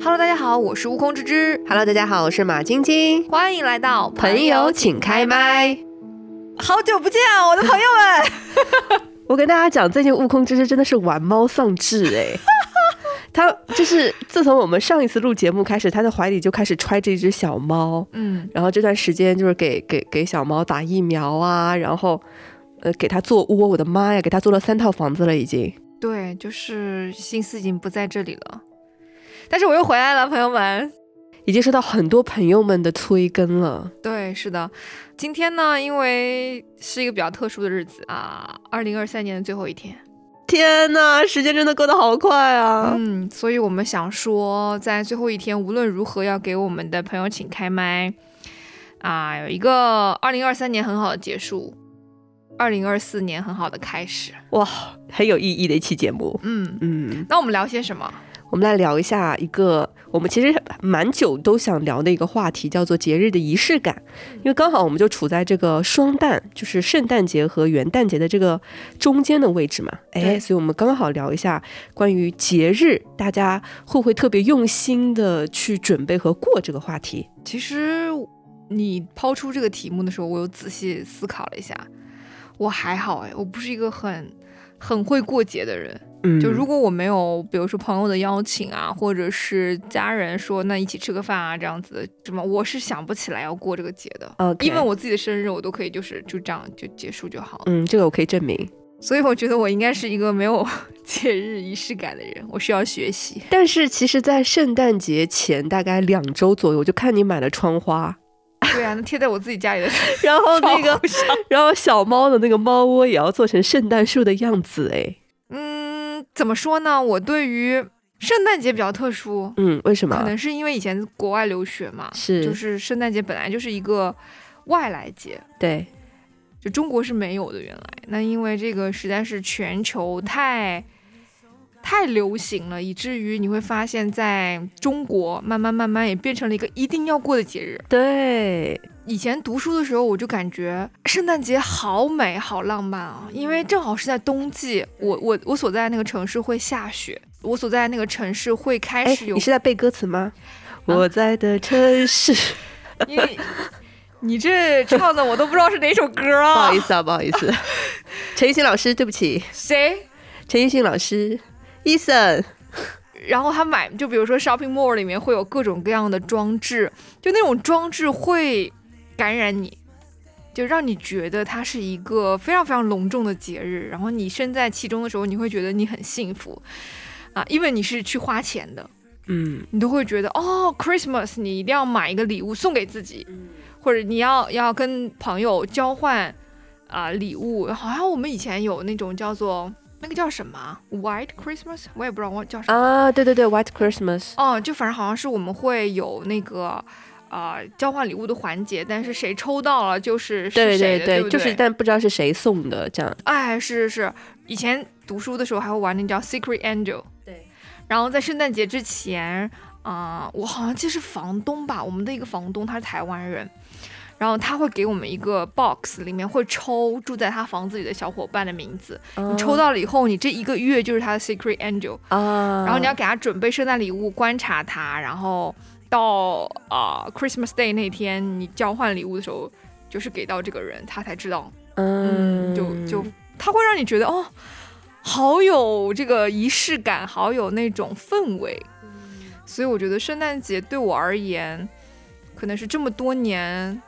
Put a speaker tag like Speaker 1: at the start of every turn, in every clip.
Speaker 1: Hello，大家好，我是悟空芝芝，
Speaker 2: Hello，大家好，我是马晶晶。
Speaker 1: 欢迎来到
Speaker 2: 朋友，请开麦。
Speaker 1: 好久不见啊，我的朋友们！
Speaker 2: 我跟大家讲，最近悟空之师真的是玩猫丧志哎、 他就是自从我们上一次录节目开始，他的怀里就开始揣着一只小猫，
Speaker 1: 嗯，
Speaker 2: 然后这段时间就是给给给小猫打疫苗啊，然后呃给它做窝，我的妈呀，给它做了三套房子了已经。
Speaker 1: 对，就是心思已经不在这里了，但是我又回来了，朋友们。
Speaker 2: 已经收到很多朋友们的催更了，
Speaker 1: 对，是的，今天呢，因为是一个比较特殊的日子啊，二零二三年的最后一天，
Speaker 2: 天呐，时间真的过得好快啊！
Speaker 1: 嗯，所以我们想说，在最后一天，无论如何要给我们的朋友请开麦啊，有一个二零二三年很好的结束，二零二四年很好的开始。
Speaker 2: 哇，很有意义的一期节目。
Speaker 1: 嗯，
Speaker 2: 嗯，
Speaker 1: 那我们聊些什么？
Speaker 2: 我们来聊一下一个我们其实蛮久都想聊的一个话题，叫做节日的仪式感。因为刚好我们就处在这个双旦，就是圣诞节和元旦节的这个中间的位置嘛，哎，
Speaker 1: 对
Speaker 2: 所以我们刚好聊一下关于节日，大家会不会特别用心的去准备和过这个话题？
Speaker 1: 其实你抛出这个题目的时候，我有仔细思考了一下，我还好哎，我不是一个很很会过节的人。
Speaker 2: 嗯
Speaker 1: 就如果我没有，比如说朋友的邀请啊，或者是家人说那一起吃个饭啊，这样子，什么我是想不起来要过这个节的。
Speaker 2: OK
Speaker 1: 因为我自己的生日，我都可以就是就这样就结束就好了。
Speaker 2: 嗯，这个我可以证明。
Speaker 1: 所以我觉得我应该是一个没有 节日仪式感的人，我需要学 习。
Speaker 2: 但是其实，在圣诞节前大概两周左右，我就看你买了窗花，
Speaker 1: 对啊，那贴在我自己家里的
Speaker 2: 然后哦那个
Speaker 1: 窗户上，
Speaker 2: 然后小猫的那个猫窝也要做成圣诞树的样子，哎，
Speaker 1: 嗯，怎么说呢？我对于圣诞节比较特殊，
Speaker 2: 嗯，为什
Speaker 1: 可
Speaker 2: 么？
Speaker 1: 能是因为以前国外留学嘛，
Speaker 2: 是
Speaker 1: 就是圣诞节本来就是一个外来节，
Speaker 2: 对，
Speaker 1: 就中国是没有的。原来那因为这个实在是全球太太流行了，以至于你会发现在中国慢慢慢慢也变成了一个一定要过的节日。
Speaker 2: 对，
Speaker 1: 以前读书的时候，我就感觉圣诞节好美好浪漫啊，
Speaker 2: 嗯
Speaker 1: 因为正好是在冬季，我我我所在那个城市会下雪，我所在那个城市会开
Speaker 2: 哎，
Speaker 1: 始有啊
Speaker 2: 你是在背歌词吗？我在的城 市，
Speaker 1: 因为你这唱的我都不知道是哪首歌
Speaker 2: 不
Speaker 1: 啊
Speaker 2: 好意！思啊，不好意 思，陈奕迅老师，对不起，
Speaker 1: 谁？
Speaker 2: 陈奕迅老师，Eason，
Speaker 1: 然后他买，就比如说 shopping mall 里面会有各种各样的装置，就那种装置会感染你，就让你觉得它是一个非常非常隆重的节日。然后你身在其中的时候，你会觉得你很幸福啊，因为你是去花钱的，
Speaker 2: 嗯，
Speaker 1: 你都会觉得哦，Christmas 你一定要买一个礼物送给自己，或者你要要跟朋友交换啊、礼物。好像我们以前有那种叫做那个叫什么啊 White Christmas，我也不知道我叫什么。
Speaker 2: 啊，对对对，White Christmas，
Speaker 1: 哦，就反正好像是我们会有那个。啊、交换礼物的环节，但是谁抽到了就是
Speaker 2: 对
Speaker 1: 是谁的，对不对，
Speaker 2: 对，就是但不知道是谁送的，这样，
Speaker 1: 哎，是是是，以前读书的时候还会玩那叫 Secret Angel。
Speaker 2: 对。
Speaker 1: 然后在圣诞节之前，啊、我好像记得是房东吧，我们的一个房东他是台湾人，然后他会给我们一个 box，里面会抽住在他房子里的小伙伴的名字，你
Speaker 2: 哦
Speaker 1: 抽到了以后，你这一个月就是他的 Secret Angel，
Speaker 2: 啊，
Speaker 1: 然后你要给他准备圣诞礼物，观察他，然后到啊、Christmas Day 那天你交换礼物的时候，就是给到这个人，他才知道嗯，
Speaker 2: 嗯，
Speaker 1: 就就它会让你觉得哦，好有这个仪式感，好有那种氛围。
Speaker 2: 嗯
Speaker 1: 所以我觉得圣诞节对我而言，可能是这么多年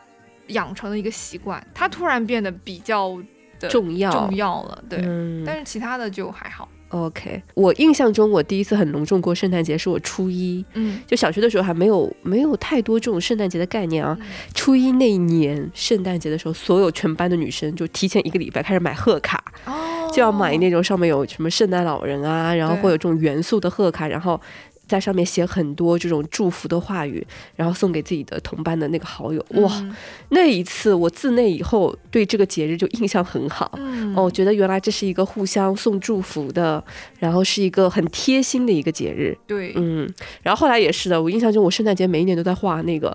Speaker 1: 养成的一个习惯，它突然变得比较的
Speaker 2: 重要，
Speaker 1: 重，要了。对，
Speaker 2: 嗯，
Speaker 1: 但是其他的就还好。
Speaker 2: OK，我印象中我第一次很隆重过圣诞节是我初一，
Speaker 1: 嗯，
Speaker 2: 就小学的时候还没有没有太多这种圣诞节的概念啊。
Speaker 1: 嗯
Speaker 2: 初一那一年圣诞节的时候，所有全班的女生就提前一个礼拜开始买贺卡，
Speaker 1: 哦，
Speaker 2: 就要买那种上面有什么圣诞老人啊，然后
Speaker 1: 对
Speaker 2: 会有这种元素的贺卡，然后在上面写很多这种祝福的话语，然后送给自己的同班的那个好友。哇，
Speaker 1: 嗯
Speaker 2: 那一次我自那以后对这个节日就印象很好。
Speaker 1: 嗯
Speaker 2: 哦，我觉得原来这是一个互相送祝福的，然后是一个很贴心的一个节日。
Speaker 1: 对，
Speaker 2: 嗯，然后后来也是的，我印象中我圣诞节每一年都在画那个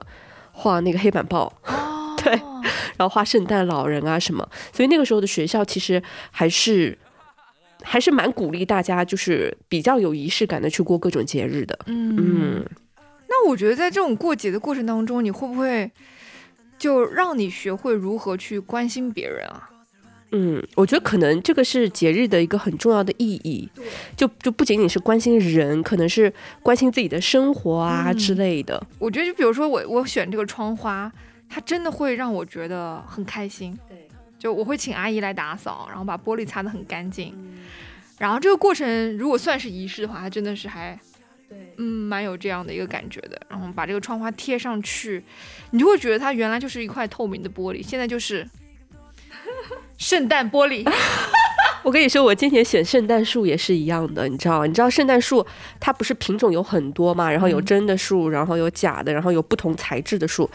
Speaker 2: 画那个黑板报，
Speaker 1: 哦，
Speaker 2: 对然后画圣诞老人啊什么，所以那个时候的学校其实还是。还是蛮鼓励大家，就是比较有仪式感的去过各种节日的。
Speaker 1: 嗯
Speaker 2: 嗯，
Speaker 1: 那我觉得在这种过节的过程当中，你会不会就让你学会如何去关心别人啊？
Speaker 2: 嗯，我觉得可能这个是节日的一个很重要的意义，就就不仅仅是关心人，可能是关心自己的生活啊、
Speaker 1: 嗯
Speaker 2: 之类的。
Speaker 1: 我觉得就比如说我我选这个窗花，它真的会让我觉得很开心。
Speaker 2: 对，
Speaker 1: 就我会请阿姨来打扫，然后把玻璃擦得很干净。然后这个过程如果算是仪式的话，它真的是还嗯蛮有这样的一个感觉的。然后把这个窗花贴上去，你就会觉得它原来就是一块透明的玻璃，现在就是 圣诞玻璃。
Speaker 2: 我跟你说，我今年选圣诞树也是一样的，你知道？你知道圣诞树它不是品种有很多嘛？然后有
Speaker 1: 嗯
Speaker 2: 真的树，然后有假的，然后有不同材质的树。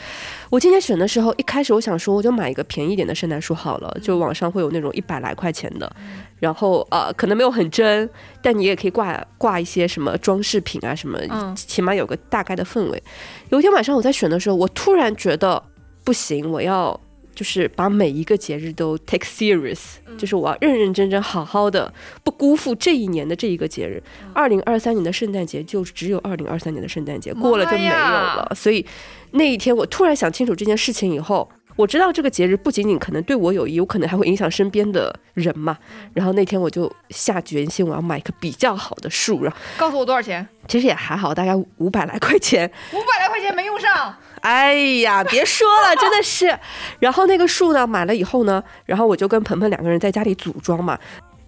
Speaker 2: 我今天选的时候，一开始我想说，我就买一个便宜一点的圣诞树好了，
Speaker 1: 嗯
Speaker 2: 就网上会有那种一百来块钱的，然后呃，可能没有很真，但你也可以挂挂一些什么装饰品啊什么，
Speaker 1: 嗯
Speaker 2: 起码有个大概的氛围。有一天晚上我在选的时候，我突然觉得不行，我要就是把每一个节日都 take serious，、就是我要认认真真、好好的，不辜负这一年的这一个节日。二零二三年的圣诞节就只有二零二三年的圣诞节，过了就没有了。所以那一天我突然想清楚这件事情以后。我知道这个节日不仅仅可能对我有益，有可能还会影响身边的人嘛。然后那天我就下决心，我要买一棵比较好的树，然后
Speaker 1: 告诉我多少钱？
Speaker 2: 其实也还好，大概五百来块钱。
Speaker 1: 五百来块钱没用上，
Speaker 2: 哎呀，别说了，真的是。然后那个树呢，买了以后呢，然后我就跟鹏鹏两个人在家里组装嘛。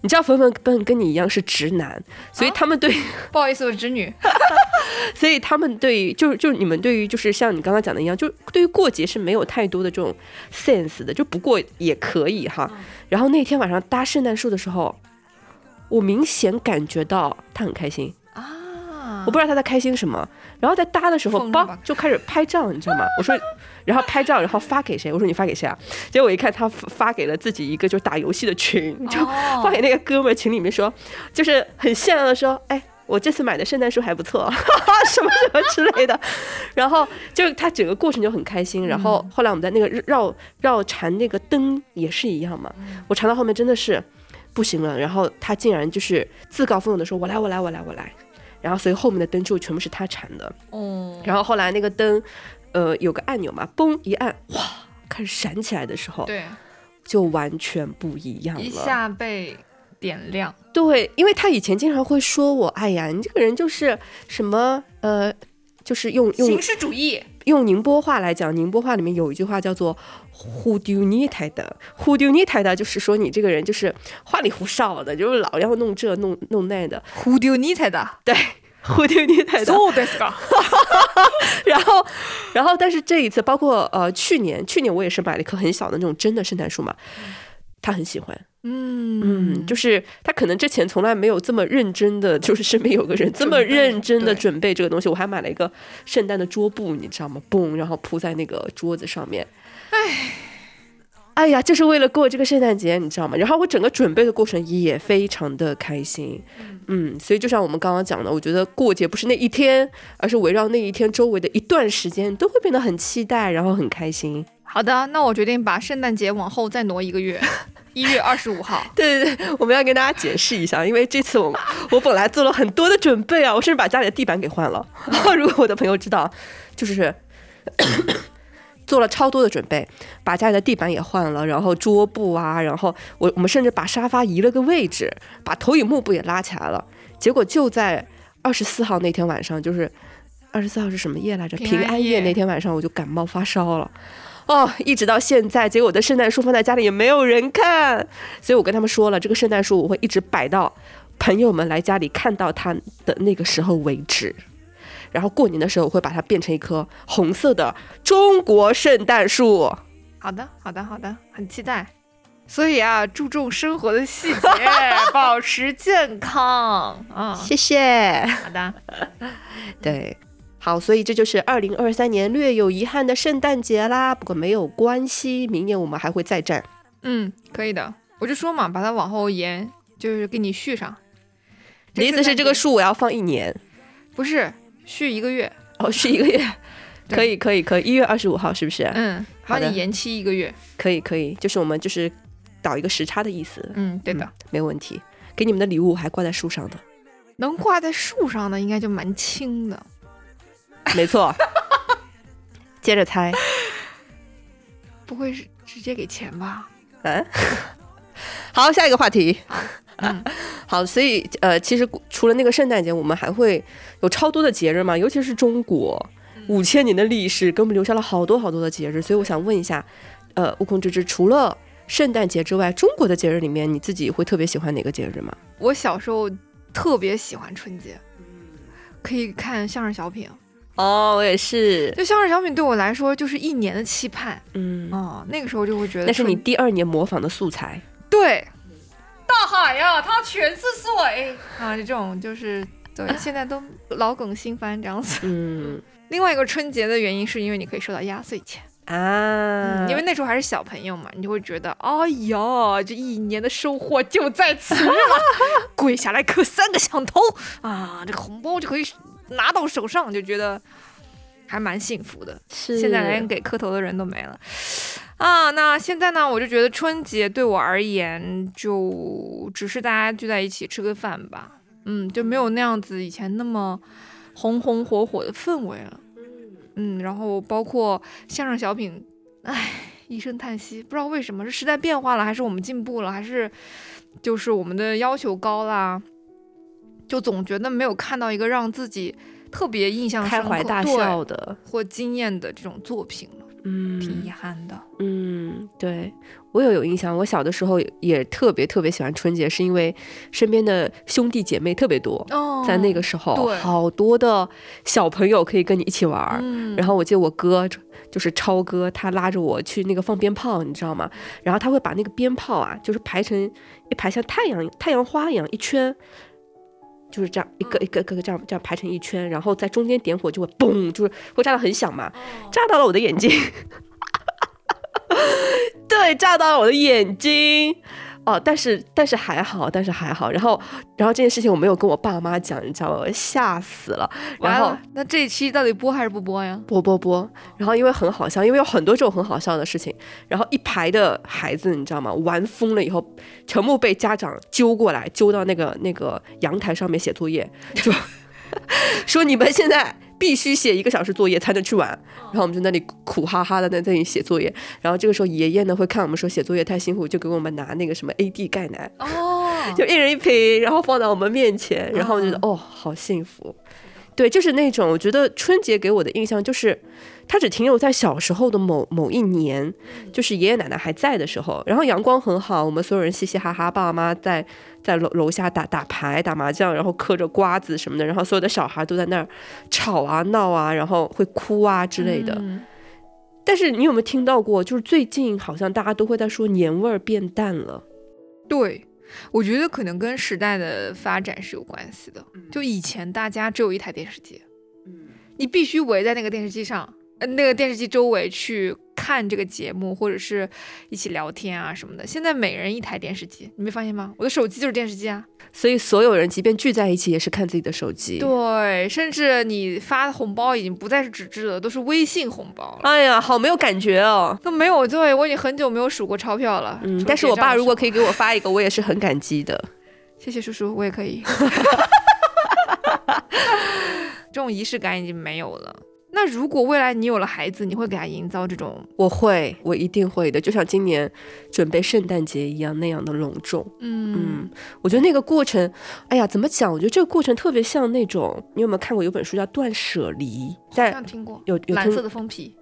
Speaker 2: 你知道鹏鹏跟跟你一样是直男，所以他们对，
Speaker 1: 不好意思，我侄女。
Speaker 2: 所以他们对，就是就是你们对于就是像你刚刚讲的一样，就对于过节是没有太多的这种 sense 的，就不过也可以哈。然后那天晚上搭圣诞树的时候，我明显感觉到他很开心，
Speaker 1: 啊
Speaker 2: 我不知道他在开心什么。然后在搭的时候，
Speaker 1: 疯了
Speaker 2: 叭
Speaker 1: 吧
Speaker 2: 就开始拍照，你知道 吗？我说，然后拍照，然后发给谁？我说你发给谁啊？结果一看，他发发给了自己一个就是打游戏的群，就
Speaker 1: 哦
Speaker 2: 发给那个哥们儿群里面说，就是很善良的说，哎。我这次买的圣诞树还不错， 什么什么之类的，然后就是他整个过程就很开心。然后
Speaker 1: 嗯
Speaker 2: 后来我们在那个绕绕缠那个灯也是一样嘛，
Speaker 1: 嗯
Speaker 2: 我缠到后面真的是不行了。然后他竟然就是自告奋勇的说：“我来，我来，我来，我来。”然后所以后面的灯就全部是他缠的。
Speaker 1: 哦，
Speaker 2: 然后后来那个灯，呃，有个按钮嘛，嘣一按，哇，开始闪起来的时候，
Speaker 1: 对，
Speaker 2: 就完全不一样了。
Speaker 1: 一下被点亮，
Speaker 2: 对，因为他以前经常会说我，哎呀，你这个人就是什么呃。就是用用
Speaker 1: 形式主义，
Speaker 2: 用宁波话来讲，宁波话里面有一句话叫做“胡丢你太的”，胡丢你太的就是说你这个人就是花里胡哨的，就是老要弄这弄弄那的，
Speaker 1: 胡丢你才的，
Speaker 2: 对，胡丢你太的。
Speaker 1: そうです か。
Speaker 2: 然后，然后，但是这一次，包括呃，去年，去年我也是买了一棵很小的那种真的圣诞树嘛，他很喜欢，
Speaker 1: 嗯
Speaker 2: 嗯，就是他可能之前从来没有这么认真的，就是身边有个人这么
Speaker 1: 准备
Speaker 2: 认真的
Speaker 1: 对
Speaker 2: 准备这个东西，我还买了一个圣诞的桌布，你知道吗？嘣，然后铺在那个桌子上面，哎，哎呀，就是为了过这个圣诞节，你知道吗？然后我整个准备的过程也非常的开心，嗯，所以就像我们刚刚讲的，我觉得过节不是那一天，而是围绕那一天周围的一段时间，都会变得很期待，然后很开心。
Speaker 1: 好的，那我决定把圣诞节往后再挪一个 月，一月二十五号。
Speaker 2: 对对对，我们要跟大家解释一下，因为这次我我本来做了很多的准备啊，我甚至把家里的地板给换了。如果我的朋友知道，就是 做了超多的准备，把家里的地板也换了，然后桌布啊，然后我我们甚至把沙发移了个位置，把投影幕布也拉起来了。结果就在二十四号那天晚上，就是二十四号是什么夜来着？
Speaker 1: 平安
Speaker 2: 平
Speaker 1: 夜
Speaker 2: 安夜那天晚上，我就感冒发烧了。哦，一直到现在，结果我的圣诞树放在家里也没有人看，所以我跟他们说了，这个圣诞树我会一直摆到朋友们来家里看到它的那个时候为止。然后过年的时候，我会把它变成一棵红色的中国圣诞树。
Speaker 1: 好的，好的，好的，很期待。所以啊，注重生活的细 节，保持健康啊。
Speaker 2: 谢谢。
Speaker 1: 好的，
Speaker 2: 对，好，所以这就是二零二三年略有遗憾的圣诞节啦。不过没有关系，明年我们还会再战。
Speaker 1: 嗯，可以的。我就说嘛，把它往后延，就是给你续上。
Speaker 2: 你的意思是这个
Speaker 1: 圣
Speaker 2: 树我要放一年？
Speaker 1: 诞节不是续一个月？
Speaker 2: 哦，是一个 月。
Speaker 1: 对
Speaker 2: 可以可以可以，一月二十五号是不是？
Speaker 1: 嗯，
Speaker 2: 好
Speaker 1: 把
Speaker 2: 的
Speaker 1: 你延期一个月。
Speaker 2: 可以可以，就是我们就是倒一个时差的意思。
Speaker 1: 嗯，对的。
Speaker 2: 嗯没问题。给你们的礼物还挂在树上呢。
Speaker 1: 能挂在树上的应该就蛮轻的，
Speaker 2: 没 错。接着猜，
Speaker 1: 不会是直接给钱吧？
Speaker 2: 嗯，好，下一个话题。嗯 好，所以呃，其实除了那个圣诞节，我们还会有超多的节日嘛，尤其是中国五千年的历史，给我们留下了好多好多的节日。所以我想问一下，呃，悟空之之，除了圣诞节之外，中国的节日里面，你自己会特别喜欢哪个节日吗？
Speaker 1: 我小时候特别喜欢春节，可以看相声小品。
Speaker 2: 哦，我也是，
Speaker 1: 就相声小品对我来说就是一年的期盼。
Speaker 2: 嗯，
Speaker 1: 哦，那个时候就会觉得
Speaker 2: 那是
Speaker 1: 春
Speaker 2: 你第二年模仿的素材。
Speaker 1: 对，大海呀、它全是水啊，这种 就是对，现在都老梗新翻这样子。
Speaker 2: 嗯
Speaker 1: 另外一个春节的原因是因为你可以收到压岁钱，
Speaker 2: 啊，
Speaker 1: 因为那时候还是小朋友嘛，你就会觉得，哎呀，这一年的收获就在此日了， 跪下来磕三个响头啊，这个红包就可以拿到手上，就觉得还蛮幸福的。
Speaker 2: 是
Speaker 1: 现在连给磕头的人都没了啊！那现在呢，我就觉得春节对我而言，就只是大家聚在一起吃个饭吧，嗯，就没有那样子以前那么红红火火的氛围了，嗯，然后包括相声小品，唉，一声叹息，不知道为什么是时代变化了，还是我们进步了，还是就是我们的要求高啦，就总觉得没有看到一个让自己特别印象深
Speaker 2: 开
Speaker 1: 刻、
Speaker 2: 怀大
Speaker 1: 对
Speaker 2: 笑的，
Speaker 1: 或惊艳的这种作品了，
Speaker 2: 嗯，
Speaker 1: 挺遗憾的。
Speaker 2: 嗯，对我有有印象，我小的时候也特别特别喜欢春节，是因为身边的兄弟姐妹特别多，
Speaker 1: 哦
Speaker 2: 在那个时候
Speaker 1: 对
Speaker 2: 好多的小朋友可以跟你一起玩儿。
Speaker 1: 嗯，
Speaker 2: 然后我记得我哥就是超哥，他拉着我去那个放鞭炮，你知道吗？然后他会把那个鞭炮啊，就是排成一排像太阳太阳花一样一圈，就是这样一
Speaker 1: 嗯
Speaker 2: 个一个一个这样这样排成一圈，然后在中间点火就会嘣，就是会炸得很响嘛，
Speaker 1: 哦
Speaker 2: 炸到了我的眼睛， 对，炸到了我的眼睛。哦，但是但是还好，但是还好。然后然后这件事情我没有跟我爸妈讲，你知道吗？我吓死了。然
Speaker 1: 完
Speaker 2: 后
Speaker 1: 了，那这一期到底播还是不播呀？
Speaker 2: 播播播，然后因为很好笑，因为有很多这种很好笑的事情，然后一排的孩子，你知道吗？玩疯了以后，全部被家长揪过来，揪到那个那个阳台上面写作业，就 说你们现在必须写一个小时作业才能去玩。然后我们就那里苦哈哈的在那里写作业，然后这个时候爷爷呢会看我们说写作业太辛苦，就给我们拿那个什么 AD 钙奶，
Speaker 1: 哦，
Speaker 2: 就一人一瓶，然后放到我们面前，然后我就觉得、哦，好幸福。对，就是那种我觉得春节给我的印象就是，它只停留在小时候的某某一年，就是爷爷奶奶还在的时候，然后阳光很好，我们所有人嘻嘻哈哈，爸爸妈妈在在楼楼下打打牌、打麻将，然后嗑着瓜子什么的，然后所有的小孩都在那儿吵啊闹啊，然后会哭啊之类的。
Speaker 1: 嗯
Speaker 2: 但是你有没有听到过，就是最近好像大家都会在说年味儿变淡了。
Speaker 1: 对，我觉得可能跟时代的发展是有关系的。就以前大家只有一台电视机，你必须围在那个电视机上，呃，那个电视机周围去看这个节目，或者是一起聊天啊什么的。现在每人一台电视机，你没发现吗？我的手机就是电视机啊。
Speaker 2: 所以所有人即便聚在一起，也是看自己的手机。
Speaker 1: 对，甚至你发的红包已经不再是纸质的，都是微信红包了。
Speaker 2: 哎呀，好没有感觉哦。
Speaker 1: 都没有，对我已经很久没有数过钞票了。
Speaker 2: 嗯
Speaker 1: 除，
Speaker 2: 但是我爸如果可
Speaker 1: 以，
Speaker 2: 以给我发一个，我也是很感激的。
Speaker 1: 谢谢叔叔，我也可以。 这种仪式感已经没有了。那如果未来你有了孩子，你会给他营造这种
Speaker 2: 我会，我一定会的，就像今年准备圣诞节一样那样的隆重。
Speaker 1: 嗯
Speaker 2: 嗯，我觉得那个过程，哎呀，怎么讲？我觉得这个过程特别像那种，你有没有看过有本书叫《断舍离》？
Speaker 1: 好
Speaker 2: 在
Speaker 1: 像听过
Speaker 2: 有哎有
Speaker 1: 蓝
Speaker 2: 听
Speaker 1: 色的封皮，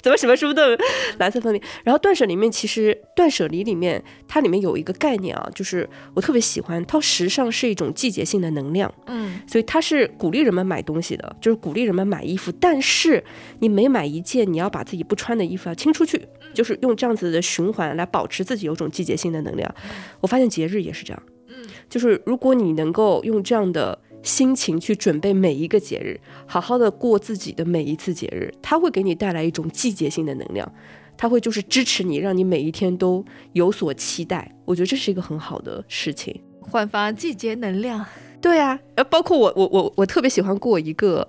Speaker 2: 怎么什么书都有蓝色分泌？然后断舍离里面其实断舍离里面它里面有一个概念啊，就是我特别喜欢，它时尚是一种季节性的能量。
Speaker 1: 嗯
Speaker 2: 所以它是鼓励人们买东西的，就是鼓励人们买衣服。但是你每买一件，你要把自己不穿的衣服要清出去，就是用这样子的循环来保持自己有种季节性的能量。我发现节日也是这样，
Speaker 1: 嗯，
Speaker 2: 就是如果你能够用这样的心情去准备每一个节日，好好的过自己的每一次节日，它会给你带来一种季节性的能量。它会就是支持你，让你每一天都有所期待。我觉得这是一个很好的事情。
Speaker 1: 焕发季节能量。
Speaker 2: 对
Speaker 1: 啊
Speaker 2: 呀、呃，包括我，我，我，我特别喜欢过一个，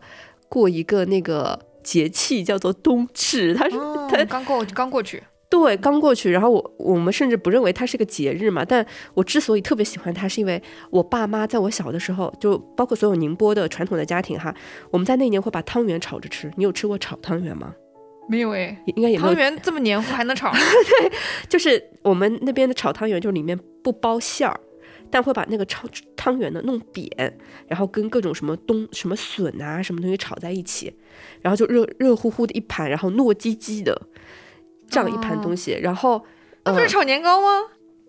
Speaker 2: 过一个那个节气，叫做冬至，它是、
Speaker 1: 嗯
Speaker 2: 它，
Speaker 1: 刚过刚过去，
Speaker 2: 对，刚过去，然后我我们甚至不认为它是个节日嘛，但我之所以特别喜欢它，是因为我爸妈在我小的时候，就包括所有宁波的传统的家庭哈，我们在那年会把汤圆炒着吃。你有吃过炒汤圆吗？
Speaker 1: 没有哎，
Speaker 2: 也应该也没
Speaker 1: 汤
Speaker 2: 有，
Speaker 1: 圆这么黏糊还能 炒，
Speaker 2: 就是我们那边的炒汤圆，就是里面不包馅儿，但会把那个炒汤圆呢弄扁，然后跟各种什么东什么笋啊什么东西炒在一起，然后就热热乎乎的一盘，然后糯叽叽的这样一盘
Speaker 1: 哦
Speaker 2: 东西，然后。
Speaker 1: 那不
Speaker 2: 呃
Speaker 1: 是炒年糕吗？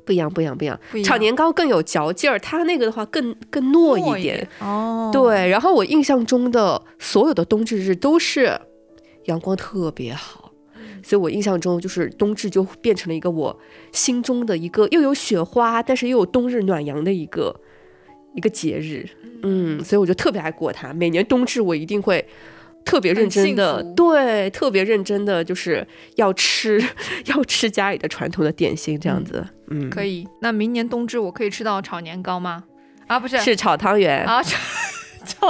Speaker 2: 不一样，不一样，不一样。
Speaker 1: 不一样
Speaker 2: 炒年糕更有嚼劲儿，它那个的话更更糯
Speaker 1: 糯
Speaker 2: 一
Speaker 1: 点
Speaker 2: 点。
Speaker 1: 哦，，
Speaker 2: 对，然后我印象中的所有的冬至日都是阳光特别好，
Speaker 1: 嗯
Speaker 2: 所以我印象中就是冬至就变成了一个我心中的一个又有雪花，但是又有冬日暖阳的一个一个节日。嗯，所以我就特别爱过它。每年冬至我一定会。特别认真的
Speaker 1: 很幸福，
Speaker 2: 对，特别认真的，就是要吃， 要吃家里的传统的点心，这样子，嗯，
Speaker 1: 可以。那明年冬至我可以吃到炒年糕吗？啊，不是，
Speaker 2: 是炒汤圆，
Speaker 1: 啊， 炒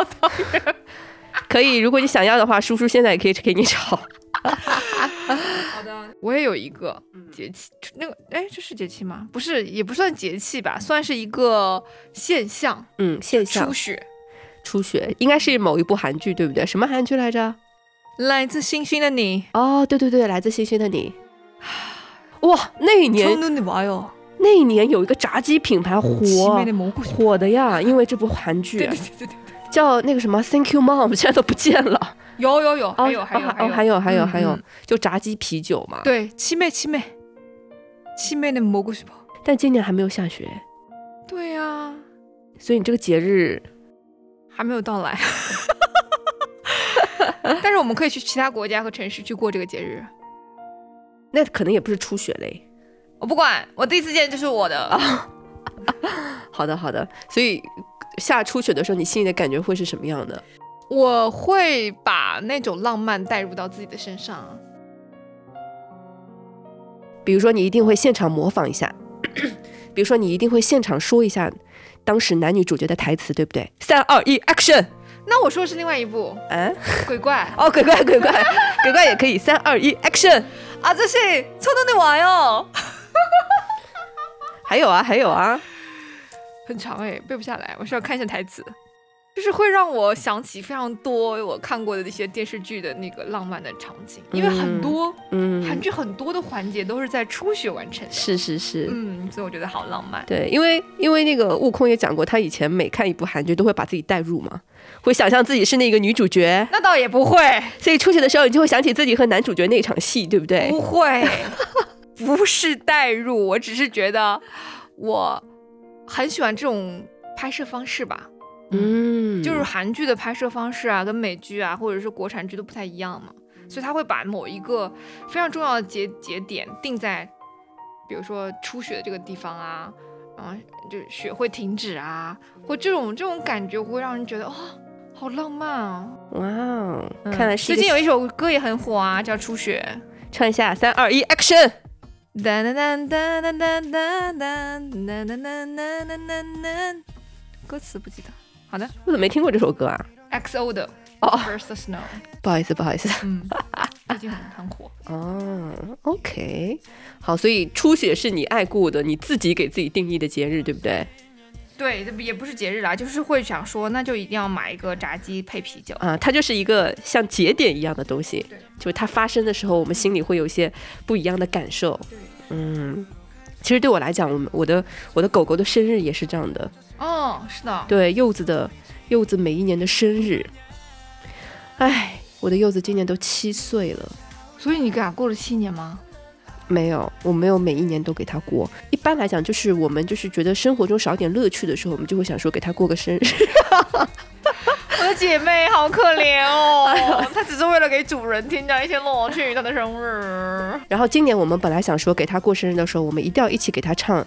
Speaker 1: 炒 汤
Speaker 2: 可以。如果你想要的话，叔叔现在也可以给 你炒。
Speaker 1: 好的，我也有一个节气，那个哎，这是节气吗？不是，也不算节气吧，算是一个现象。
Speaker 2: 嗯，线上
Speaker 1: 初雪，
Speaker 2: 初雪应该是某一部韩剧，对不对？什么韩剧来着？
Speaker 1: 来自星星的你，
Speaker 2: 哦，对对对，来自星星的你。 哇，那一年
Speaker 1: 的你哎哇哟，
Speaker 2: 那一年有一个炸鸡品牌火
Speaker 1: 蘑菇。
Speaker 2: 火的呀，因为这部韩
Speaker 1: 对
Speaker 2: 剧
Speaker 1: 对对对对，
Speaker 2: 叫那个什么《Thank You Mom》，现在都不见了。
Speaker 1: 有有有，
Speaker 2: 哦
Speaker 1: 还有
Speaker 2: 哦
Speaker 1: 还有
Speaker 2: 哦还有还有还有
Speaker 1: 嗯嗯，
Speaker 2: 就炸鸡啤酒嘛。
Speaker 1: 对，七妹七妹，七妹的蘑菇雪包。
Speaker 2: 但今年还没有下雪，
Speaker 1: 对呀、
Speaker 2: 所以你这个节日
Speaker 1: 还没有到来。 但是我们可以去其他国家和城市去过这个节日。
Speaker 2: 那可能也不是初雪嘞。
Speaker 1: 我不管，我第一次见就是我的。
Speaker 2: 好的，好的。所以下初雪的时候，你心里的感觉会是什么样的？
Speaker 1: 我会把那种浪漫带入到自己的身上。
Speaker 2: 比如说，你一定会现场模仿一下， 比如说，你一定会现场说一下当时男女主角的台词，对不对？三二一，action！
Speaker 1: 那我说的是另外一部
Speaker 2: 嗯，
Speaker 1: 《鬼怪
Speaker 2: 哦，鬼怪，鬼怪， 鬼怪也可以。三二一，action！》
Speaker 1: 啊，这是冲动的我哟，
Speaker 2: 还有啊，还有啊，
Speaker 1: 很长哎，背不下来，我需要看一下台词。就是会让我想起非常多我看过的一些电视剧的那个浪漫的场景，因为很多、韩
Speaker 2: 嗯，
Speaker 1: 剧很多的环节都是在初雪完成的。
Speaker 2: 是是是。
Speaker 1: 嗯，所以我觉得好浪漫。
Speaker 2: 对，因为因为那个悟空也讲过，他以前每看一部韩剧都会把自己带入嘛，会想象自己是那个女主角，
Speaker 1: 那倒也不会，
Speaker 2: 所以初雪的时候你就会想起自己和男主角那场戏，对不对？
Speaker 1: 不会，不是代入，我只是觉得我很喜欢这种拍摄方式吧。
Speaker 2: 嗯，
Speaker 1: 就是韩剧的拍摄方式啊，跟美剧啊，或者是国产剧都不太一样嘛，所以他会把某一个非常重要的节节点定在，比如说初雪的这个地方啊，然后就雪会停止啊，或这种这种感觉会让人觉得哇、哦好浪漫啊！
Speaker 2: 哇哦，
Speaker 1: 嗯
Speaker 2: 看来是
Speaker 1: 最
Speaker 2: 一个
Speaker 1: 近有一首歌也很火啊，叫《初雪》。
Speaker 2: 唱一下三二一，action！
Speaker 1: 哒哒哒哒哒哒哒哒哒哒哒哒哒哒哒，歌词不记得。好的
Speaker 2: 我怎么没听过这首歌啊？
Speaker 1: ，XO 的
Speaker 2: 哦
Speaker 1: 《First Snow》。
Speaker 2: 不好意思，不好意思。
Speaker 1: 嗯，最近很很火。
Speaker 2: 哦，OK，好，所以初雪是你爱过的，你自己给自己定义的节日，对不对？
Speaker 1: 对，这不也不是节日啦，就是会想说，那就一定要买一个炸鸡配啤酒。
Speaker 2: 啊，它就是一个像节点一样的东西
Speaker 1: 对，
Speaker 2: 就是它发生的时候，我们心里会有一些不一样的感受
Speaker 1: 对。
Speaker 2: 嗯，其实对我来讲，我们我的我的狗狗的生日也是这样的，
Speaker 1: 哦，是的，
Speaker 2: 对柚子的柚子每一年的生日，哎，我的柚子今年都七岁了。
Speaker 1: 所以你给俺过了七年吗？
Speaker 2: 没有，我没有每一年都给他过。一般来讲，就是我们就是觉得生活中少点乐趣的时候，我们就会想说给他过个生日。
Speaker 1: 我的姐妹好可怜哦，她只是为了给主人添加一些乐趣，她的生日。
Speaker 2: 然后今年我们本来想说给他过生日的时候，我们一定要一起给他唱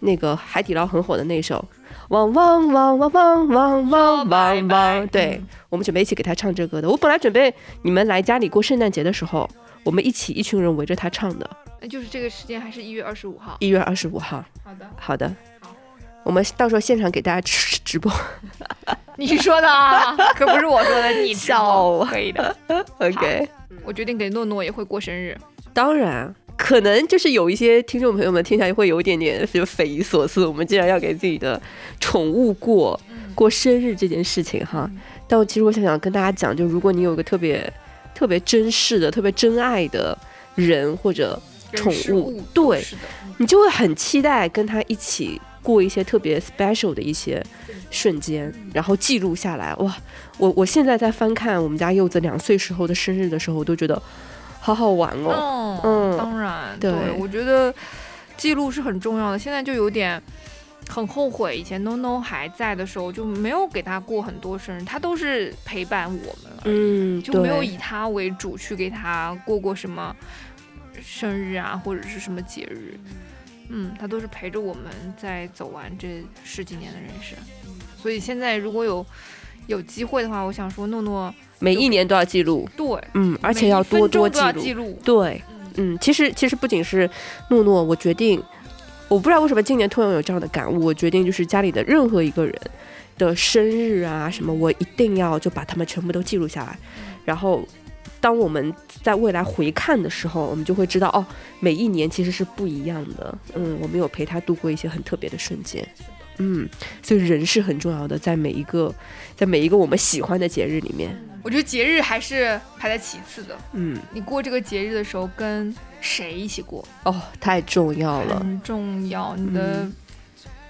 Speaker 2: 那个海底捞很火的那首《汪汪汪汪汪汪汪汪汪》。对，我们准备一起给他唱这歌的。我本来准备你们来家里过圣诞节的时候，我们一起一群人围着他唱的。
Speaker 1: 那就是这个时间还是一月二十五号。
Speaker 2: 一月二十五号，
Speaker 1: 好的，
Speaker 2: 好的
Speaker 1: 好，
Speaker 2: 我们到时候现场给大家直直播。
Speaker 1: 你说的啊，可不是我说的，你知道
Speaker 2: 笑我
Speaker 1: 可以的。
Speaker 2: OK，
Speaker 1: 嗯我决定给诺诺也会过生日，
Speaker 2: 当然，可能就是有一些听众朋友们听起来会有一点点就匪夷所思，我们竟然要给自己的宠物过
Speaker 1: 嗯
Speaker 2: 过生日这件事情哈。但我其实我想想跟大家讲，就如果你有一个特别特别珍视的、特别珍爱的人或者
Speaker 1: 人
Speaker 2: 宠
Speaker 1: 事
Speaker 2: 物
Speaker 1: 物
Speaker 2: 对
Speaker 1: 是的
Speaker 2: 你就会很期待跟他一起过一些特别 special 的一些瞬间，然后记录下来。哇，我我现在在翻看我们家柚子两岁时候的生日的时候，我都觉得好好玩哦。
Speaker 1: 嗯，
Speaker 2: 嗯
Speaker 1: 当然，
Speaker 2: 对
Speaker 1: 我觉得记录是很重要的。现在就有点很后悔，以前 No No 还在的时候就没有给他过很多生日，他都是陪伴我们了，
Speaker 2: 嗯，
Speaker 1: 就没有
Speaker 2: 对
Speaker 1: 以他为主去给他过过什么生日啊，或者是什么节日。嗯，他都是陪着我们在走完这十几年的人生，所以现在如果有有机会的话，我想说诺诺，
Speaker 2: 每一年都要记录，
Speaker 1: 对，
Speaker 2: 嗯，而且
Speaker 1: 每一
Speaker 2: 要
Speaker 1: 分
Speaker 2: 多
Speaker 1: 钟
Speaker 2: 多
Speaker 1: 都
Speaker 2: 记
Speaker 1: 要
Speaker 2: 录。
Speaker 1: 记录，
Speaker 2: 对，
Speaker 1: 嗯
Speaker 2: 嗯，其实其实不仅是诺诺，我决定，我不知道为什么今年突然有这样的感悟，我决定就是家里的任何一个人的生日啊什么，我一定要就把他们全部都记录下来，
Speaker 1: 嗯
Speaker 2: 然后。当我们在未来回看的时候，我们就会知道哦，每一年其实是不一样的。嗯，我们有陪他度过一些很特别的瞬间。嗯，所以人是很重要的，在每一个，在每一个我们喜欢的节日里面。
Speaker 1: 我觉得节日还是排在其次的。
Speaker 2: 嗯，
Speaker 1: 你过这个节日的时候跟谁一起过
Speaker 2: 哦，太重要了。嗯
Speaker 1: 很重要，你的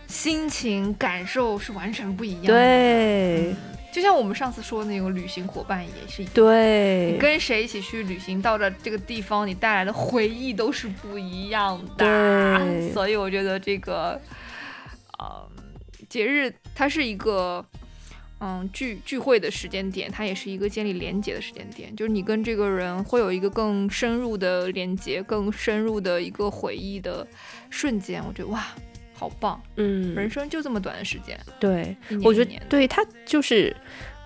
Speaker 1: 心情感受是完全不一样的。，
Speaker 2: 对
Speaker 1: 就像我们上次说的那个旅行伙伴也是一样。你
Speaker 2: 对
Speaker 1: 跟谁一起去旅行，到了这个地方，你带来的回忆都是不一样的。
Speaker 2: 对
Speaker 1: 所以我觉得这个，嗯，节日它是一个，嗯，聚聚会的时间点，它也是一个建立连接的时间点。就是你跟这个人会有一个更深入的连接，更深入的一个回忆的瞬间。我觉得哇，好棒！人
Speaker 2: 嗯，
Speaker 1: 生就这么短的时间，
Speaker 2: 对，
Speaker 1: 一年
Speaker 2: 我
Speaker 1: 一
Speaker 2: 觉得
Speaker 1: 年的。
Speaker 2: 对他就是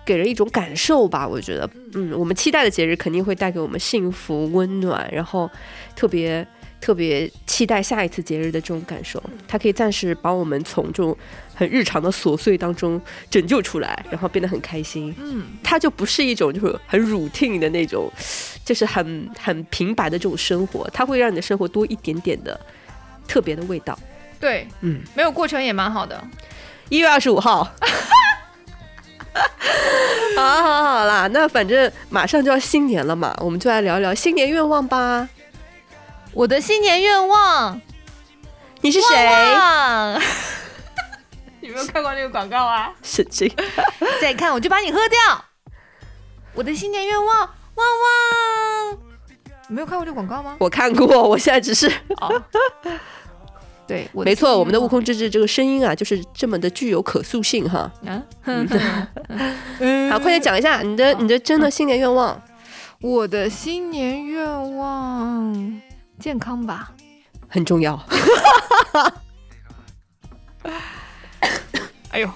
Speaker 2: 给人一种感受吧。我觉得，嗯，我们期待的节日肯定会带给我们幸福、温暖，然后特别特别期待下一次节日的这种感受。它可以暂时把我们从这种很日常的琐碎当中拯救出来，然后变得很开心。
Speaker 1: 嗯，
Speaker 2: 它就不是一种就是很 routine 的那种，就是很很平白的这种生活，它会让你的生活多一点点的特别的味道。
Speaker 1: 对，
Speaker 2: 嗯，
Speaker 1: 没有过程也蛮好的。
Speaker 2: 一月二十五 号。好好好好啦，那反正马上就要新年了嘛，我们就来聊一聊新年愿望吧。
Speaker 1: 我的新年愿望
Speaker 2: 你是谁？
Speaker 1: 旺你 没有看过那个广告啊？
Speaker 2: 神经！
Speaker 1: 再看我就把你喝掉。我的新年愿望，旺旺。你没有看过这广告吗？
Speaker 2: 我看过，我现在只是
Speaker 1: 哦，对，我
Speaker 2: 没 错，我们的悟
Speaker 1: 空，
Speaker 2: 空之志这个声音啊，就是这么的具有可塑性哈。
Speaker 1: 嗯、
Speaker 2: 嗯好，快点讲一下你的你的真的新年愿望。
Speaker 1: 我的新年愿望，健康吧。
Speaker 2: 很重要，
Speaker 1: 哎呦，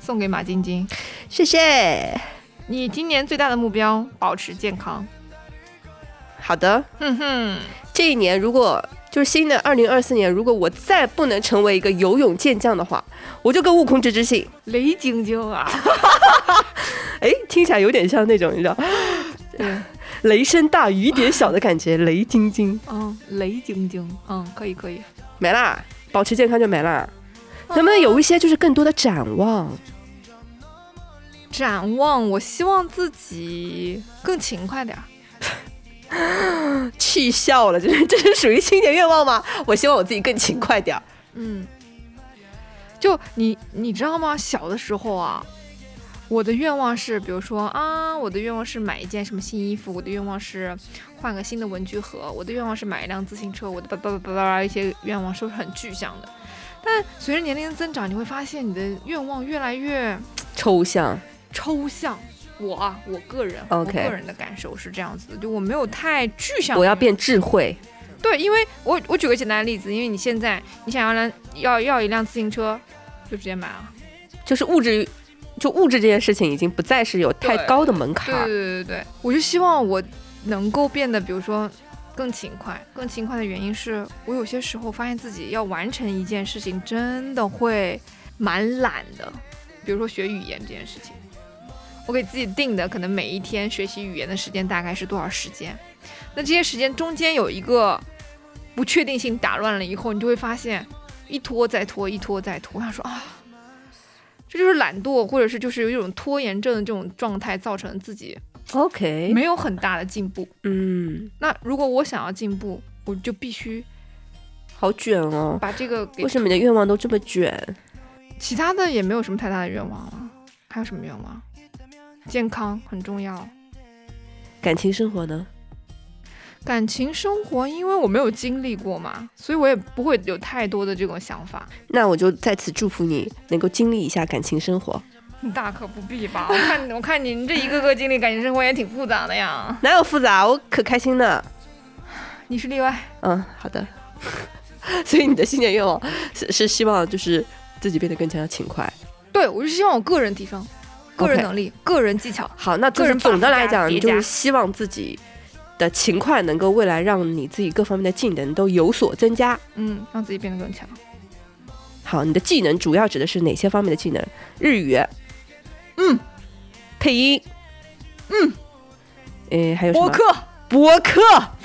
Speaker 1: 送给马晶晶，
Speaker 2: 谢谢。
Speaker 1: 你今年最大的目标，保持健康。
Speaker 2: 好的，
Speaker 1: 哼哼，
Speaker 2: 这一年如果就是新的二零二四年，如果我再不能成为一个游泳健将的话，我就跟悟空之志姓。
Speaker 1: 雷晶晶啊，
Speaker 2: 哎，听起来有点像那种你知道
Speaker 1: 对，
Speaker 2: 雷声大雨点小的感觉，雷晶晶
Speaker 1: 嗯，雷晶晶，嗯，可以可以。
Speaker 2: 没啦，保持健康就没啦。
Speaker 1: 哦
Speaker 2: 能不能有一些就是更多的展望？
Speaker 1: 展望，我希望自己更勤快点儿。
Speaker 2: 气笑了，这是这是属于新年愿望吗？我希望我自己更勤快点儿。
Speaker 1: 嗯，就你你知道吗？小的时候啊，我的愿望是，比如说啊，我的愿望是买一件什么新衣服，我的愿望是换个新的文具盒，我的愿望是买一辆自行车，我的叭叭叭叭叭一些愿望是不是很具象的？但随着年龄的增长，你会发现你的愿望越来越
Speaker 2: 抽象，
Speaker 1: 抽象。我啊，我个人我
Speaker 2: OK
Speaker 1: 个人的感受是这样子的，就我没有太具象。
Speaker 2: 我要变智慧。
Speaker 1: 对，因为我我举个简单的例子，因为你现在你想要辆要要一辆自行车，就直接买啊了。
Speaker 2: 就是物质，就物质这件事情已经不再是有太
Speaker 1: 对
Speaker 2: 高的门
Speaker 1: 对
Speaker 2: 槛。
Speaker 1: 对对对，我就希望我能够变得，比如说更勤快。更勤快的原因是我有些时候发现自己要完成一件事情，真的会蛮懒的。比如说学语言这件事情，我给自己定的可能每一天学习语言的时间大概是多少时间？那这些时间中间有一个不确定性打乱了以后，你就会发现一拖再拖，一拖再拖。他说啊，这就是懒惰，或者是就是有一种拖延症的这种状态，造成自己
Speaker 2: OK，
Speaker 1: 没有很大的进步。
Speaker 2: 嗯，
Speaker 1: 那如果我想要进步，我就必须
Speaker 2: 好卷哦。
Speaker 1: 把这个给
Speaker 2: 为什么你的愿望都这么卷？
Speaker 1: 其他的也没有什么太大的愿望了。还有什么愿望？健康很重要，
Speaker 2: 感情生活呢？
Speaker 1: 感情生活，因为我没有经历过嘛，所以我也不会有太多的这种想法。
Speaker 2: 那我就在此祝福你能够经历一下感情生活。
Speaker 1: 大可不必 吧？我看我看您这一个个经历，感情生活也挺复杂的呀。
Speaker 2: 哪有复杂？我可开心呢。
Speaker 1: 你是例外，
Speaker 2: 嗯，好的。 所以你的新年愿望是是希望就是自己变得更加勤快。
Speaker 1: 对我是希望我个人提升，个人
Speaker 2: OK
Speaker 1: 能力个人技巧。
Speaker 2: 好，那就
Speaker 1: 个
Speaker 2: 是
Speaker 1: 人 buff
Speaker 2: 总的来
Speaker 1: 加
Speaker 2: 讲，
Speaker 1: 叠
Speaker 2: 你就
Speaker 1: 加
Speaker 2: 是希望自己的勤快能够未来让你自己各方面的技能都有所增加。
Speaker 1: 嗯，让自己变得更强。
Speaker 2: 好，你的技能主要指的是哪些方面的技能？日语，嗯，配音，嗯，诶，还有什么？
Speaker 1: 客，
Speaker 2: 博客，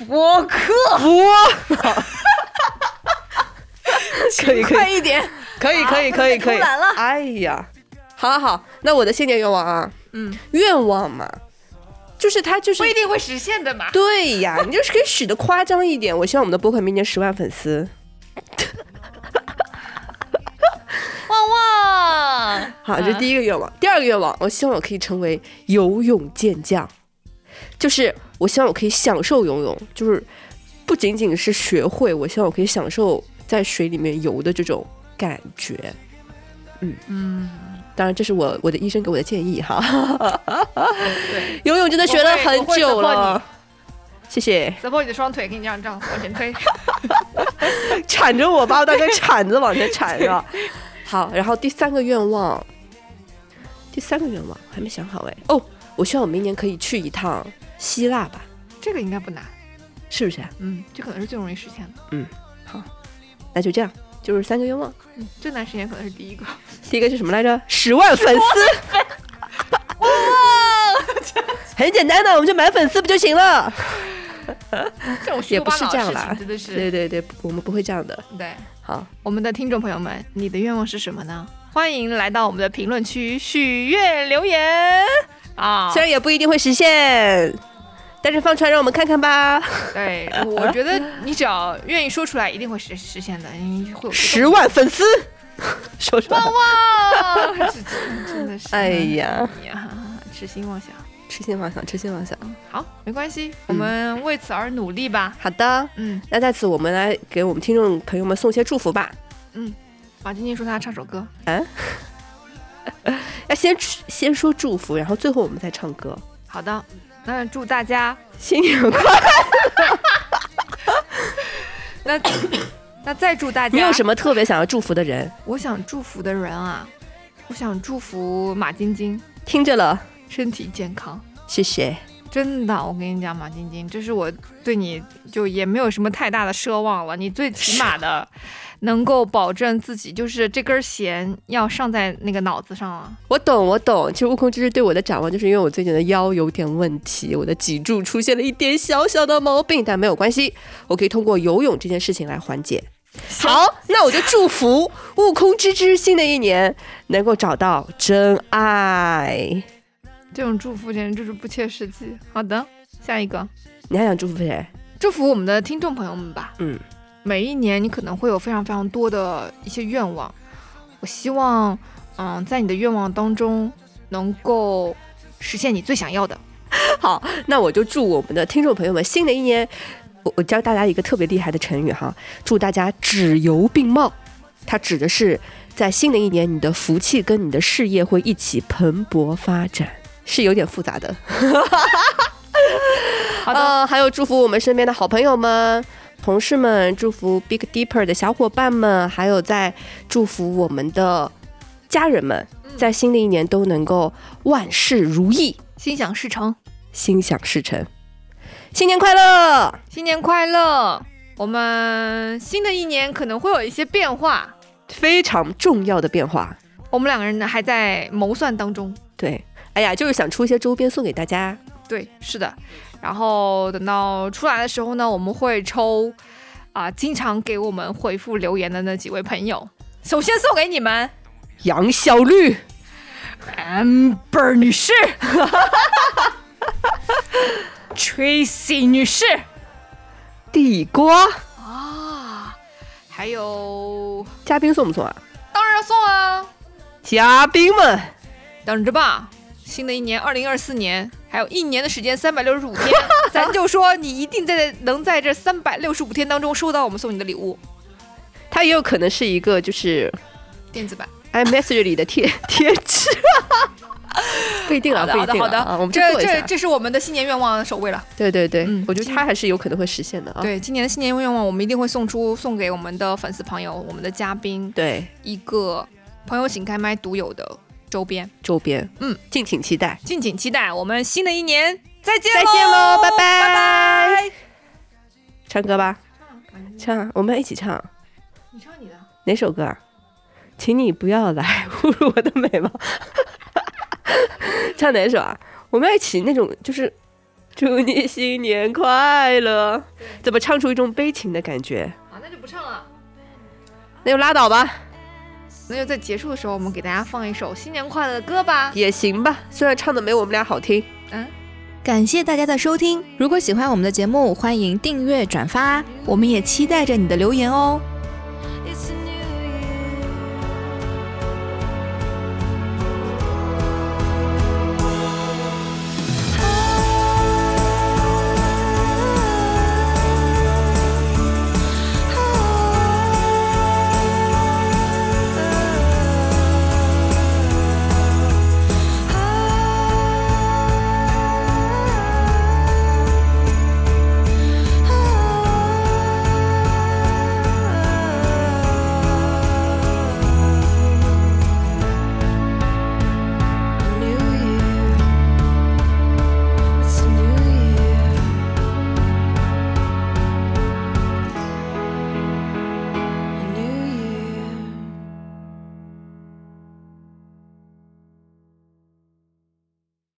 Speaker 1: 博客，
Speaker 2: 博， 可以可以
Speaker 1: 快一点。
Speaker 2: 可以可以可以可以，
Speaker 1: 懒了。
Speaker 2: 哎呀，好好好，那我的新年愿望啊，
Speaker 1: 嗯，
Speaker 2: 愿望嘛，就是它就是
Speaker 1: 不一定会实现的嘛。
Speaker 2: 对呀，你就是可以许的夸张一点。我希望我们的播客明年十万粉丝。
Speaker 1: 旺旺，
Speaker 2: 好，这是第一个愿望。第二个愿望，我希望我可以成为游泳健将，就是我希望我可以享受游泳，就是不仅仅是学会，我希望我可以享受在水里面游的这种感觉。
Speaker 1: 嗯，
Speaker 2: 当然，这是我我的医生给我的建议哈。
Speaker 1: 对
Speaker 2: 游泳真的学了很久
Speaker 1: 我会我会
Speaker 2: 了，谢谢。
Speaker 1: ，support 你的双腿，给你这样这样往前推。
Speaker 2: 铲着我，把我当根铲子往前铲着。好，然后第三个愿望，第三个愿望还没想好哎。哦，我希望我明年可以去一趟希腊吧，
Speaker 1: 这个应该不难，
Speaker 2: 是不是啊？
Speaker 1: 嗯，这可能是最容易实现的。
Speaker 2: 那就这样，就是三个愿望。
Speaker 1: 嗯，最难实现可能是第一个。
Speaker 2: 第一个是什么来着？十万粉丝。很简单的，我们就买粉丝不就行了？
Speaker 1: 这种
Speaker 2: 也不是
Speaker 1: 虚头巴
Speaker 2: 这
Speaker 1: 脑
Speaker 2: 样
Speaker 1: 的事
Speaker 2: 啦
Speaker 1: 情真的是
Speaker 2: 对对对，我们不会这样的。
Speaker 1: 对。
Speaker 2: 好，
Speaker 1: 我们的听众朋友们，你的愿望是什么呢？欢迎来到我们的评论区许愿留言啊！
Speaker 2: 虽然也不一定会实现，但是放出来让我们看看吧。
Speaker 1: 对，我觉得你只要愿意说出来，一定会实实现的，因为会有
Speaker 2: 十万粉丝， 说出来。
Speaker 1: 哇，是真真的是，
Speaker 2: 哎呀，
Speaker 1: 哎呀， 痴心妄想。
Speaker 2: 痴心妄想，痴心妄想。
Speaker 1: 好，没关系，我们为此而努力吧。
Speaker 2: 好的，
Speaker 1: 嗯，
Speaker 2: 那在此我们来给我们听众朋友们送些祝福吧。
Speaker 1: 马晶晶说她唱首歌，
Speaker 2: 要先先说祝福，然后最后我们再唱歌。
Speaker 1: 好的，那祝大家
Speaker 2: 新年快乐！
Speaker 1: 那那再祝大家，
Speaker 2: 你有什么特别想要祝福的人？
Speaker 1: 我想祝福的人啊，我想祝福马晶晶
Speaker 2: 听着了，
Speaker 1: 身体健康。
Speaker 2: 谢谢。
Speaker 1: 真的，我跟你讲，马晶晶，这是我对你就也没有什么太大的奢望了。你最起码 的，能够保证自己就是这根弦要上在那个脑子上了。
Speaker 2: 我懂，我懂。其实悟空这是对我的展望，就是因为我最近的腰有点问题，我的脊柱出现了一点小小的毛病，但没有关系，我可以通过游泳这件事情来缓解。好，那我就祝福悟空之之新的一年能够找到真爱。
Speaker 1: 这种祝福简直就是不切实际。好的，下一个，
Speaker 2: 你还想祝福谁？
Speaker 1: 祝福我们的听众朋友们吧。
Speaker 2: 嗯，
Speaker 1: 每一年你可能会有非常非常多的一些愿望，我希望，嗯，在你的愿望当中能够实现你最想要的。
Speaker 2: 好， 那我就祝我们的听众朋友们新的一年，我我教大家一个特别厉害的成语哈，祝大家指由并茂。它指的是在新的一年，你的福气跟你的事业会一起蓬勃发展，是有点复杂的。
Speaker 1: 好的，
Speaker 2: 呃，还有祝福我们身边的好朋友们、同事们，祝福 Big Dipper 的小伙伴们，还有在祝福我们的家人们，
Speaker 1: 嗯
Speaker 2: 在新的一年都能够万事如意、
Speaker 1: 心想事成。
Speaker 2: 心想事成。新年快乐！
Speaker 1: 新年快乐！我们新的一年可能会有一些变化，
Speaker 2: 非常重要的变化。
Speaker 1: 我们两个人呢还在谋算当中。
Speaker 2: 对，哎呀，就是想出一些周边送给大家。
Speaker 1: 对，是的。然后等到出来的时候呢，我们会抽啊、经常给我们回复留言的那几位朋友，首先送给你们
Speaker 2: 杨小绿，
Speaker 1: Amber 女 士，Tracy 女士
Speaker 2: 地瓜，
Speaker 1: 啊，还有
Speaker 2: 嘉宾送不送啊？
Speaker 1: 当然要送啊，
Speaker 2: 嘉宾们，
Speaker 1: 等着吧。新的一年，二零二四年，还有一年的时间，三百六十五 天，咱就说你一定在能在这三百六十五天当中收到我们送你的礼物，
Speaker 2: 它也有可能是一个就是
Speaker 1: 电子版。
Speaker 2: iMessage 里的贴 贴纸，不一定啊，
Speaker 1: 好的，
Speaker 2: 不
Speaker 1: 好
Speaker 2: 一
Speaker 1: 的，
Speaker 2: 定啊
Speaker 1: 好的，
Speaker 2: 啊，我们去
Speaker 1: 这
Speaker 2: 做一
Speaker 1: 这
Speaker 2: 下。
Speaker 1: 这是我们的新年愿望首位了。
Speaker 2: 对对对
Speaker 1: 嗯，
Speaker 2: 我觉得它还是有可能会实现的啊。
Speaker 1: 对，今年的新年愿望，我们一定会送出送给我们的粉丝朋友、我们的嘉宾
Speaker 2: 对，
Speaker 1: 一个朋友请开麦独有的周边，
Speaker 2: 周边，
Speaker 1: 嗯，
Speaker 2: 敬请期待。
Speaker 1: 敬请期待。我们新的一年再见，
Speaker 2: 再见喽，拜
Speaker 1: 拜
Speaker 2: 拜。
Speaker 1: 拜。
Speaker 2: 唱歌吧，
Speaker 1: 感觉
Speaker 2: 唱啊，我们一起唱
Speaker 1: 你唱你的，
Speaker 2: 哪首歌啊？请你不要来 侮辱我的美貌。 唱哪首啊？我们要一起那种就是。祝你新年快乐！怎么唱出一种悲情的感觉？
Speaker 1: 啊，那就不唱了。
Speaker 2: 那就拉倒吧。
Speaker 1: 那就在结束的时候，我们给大家放一首新年快乐的歌吧。
Speaker 2: 也行吧，虽然唱的没我们俩好听。
Speaker 3: 感谢大家的收听，如果喜欢我们的节目，欢迎订阅转发，我们也期待着你的留言哦。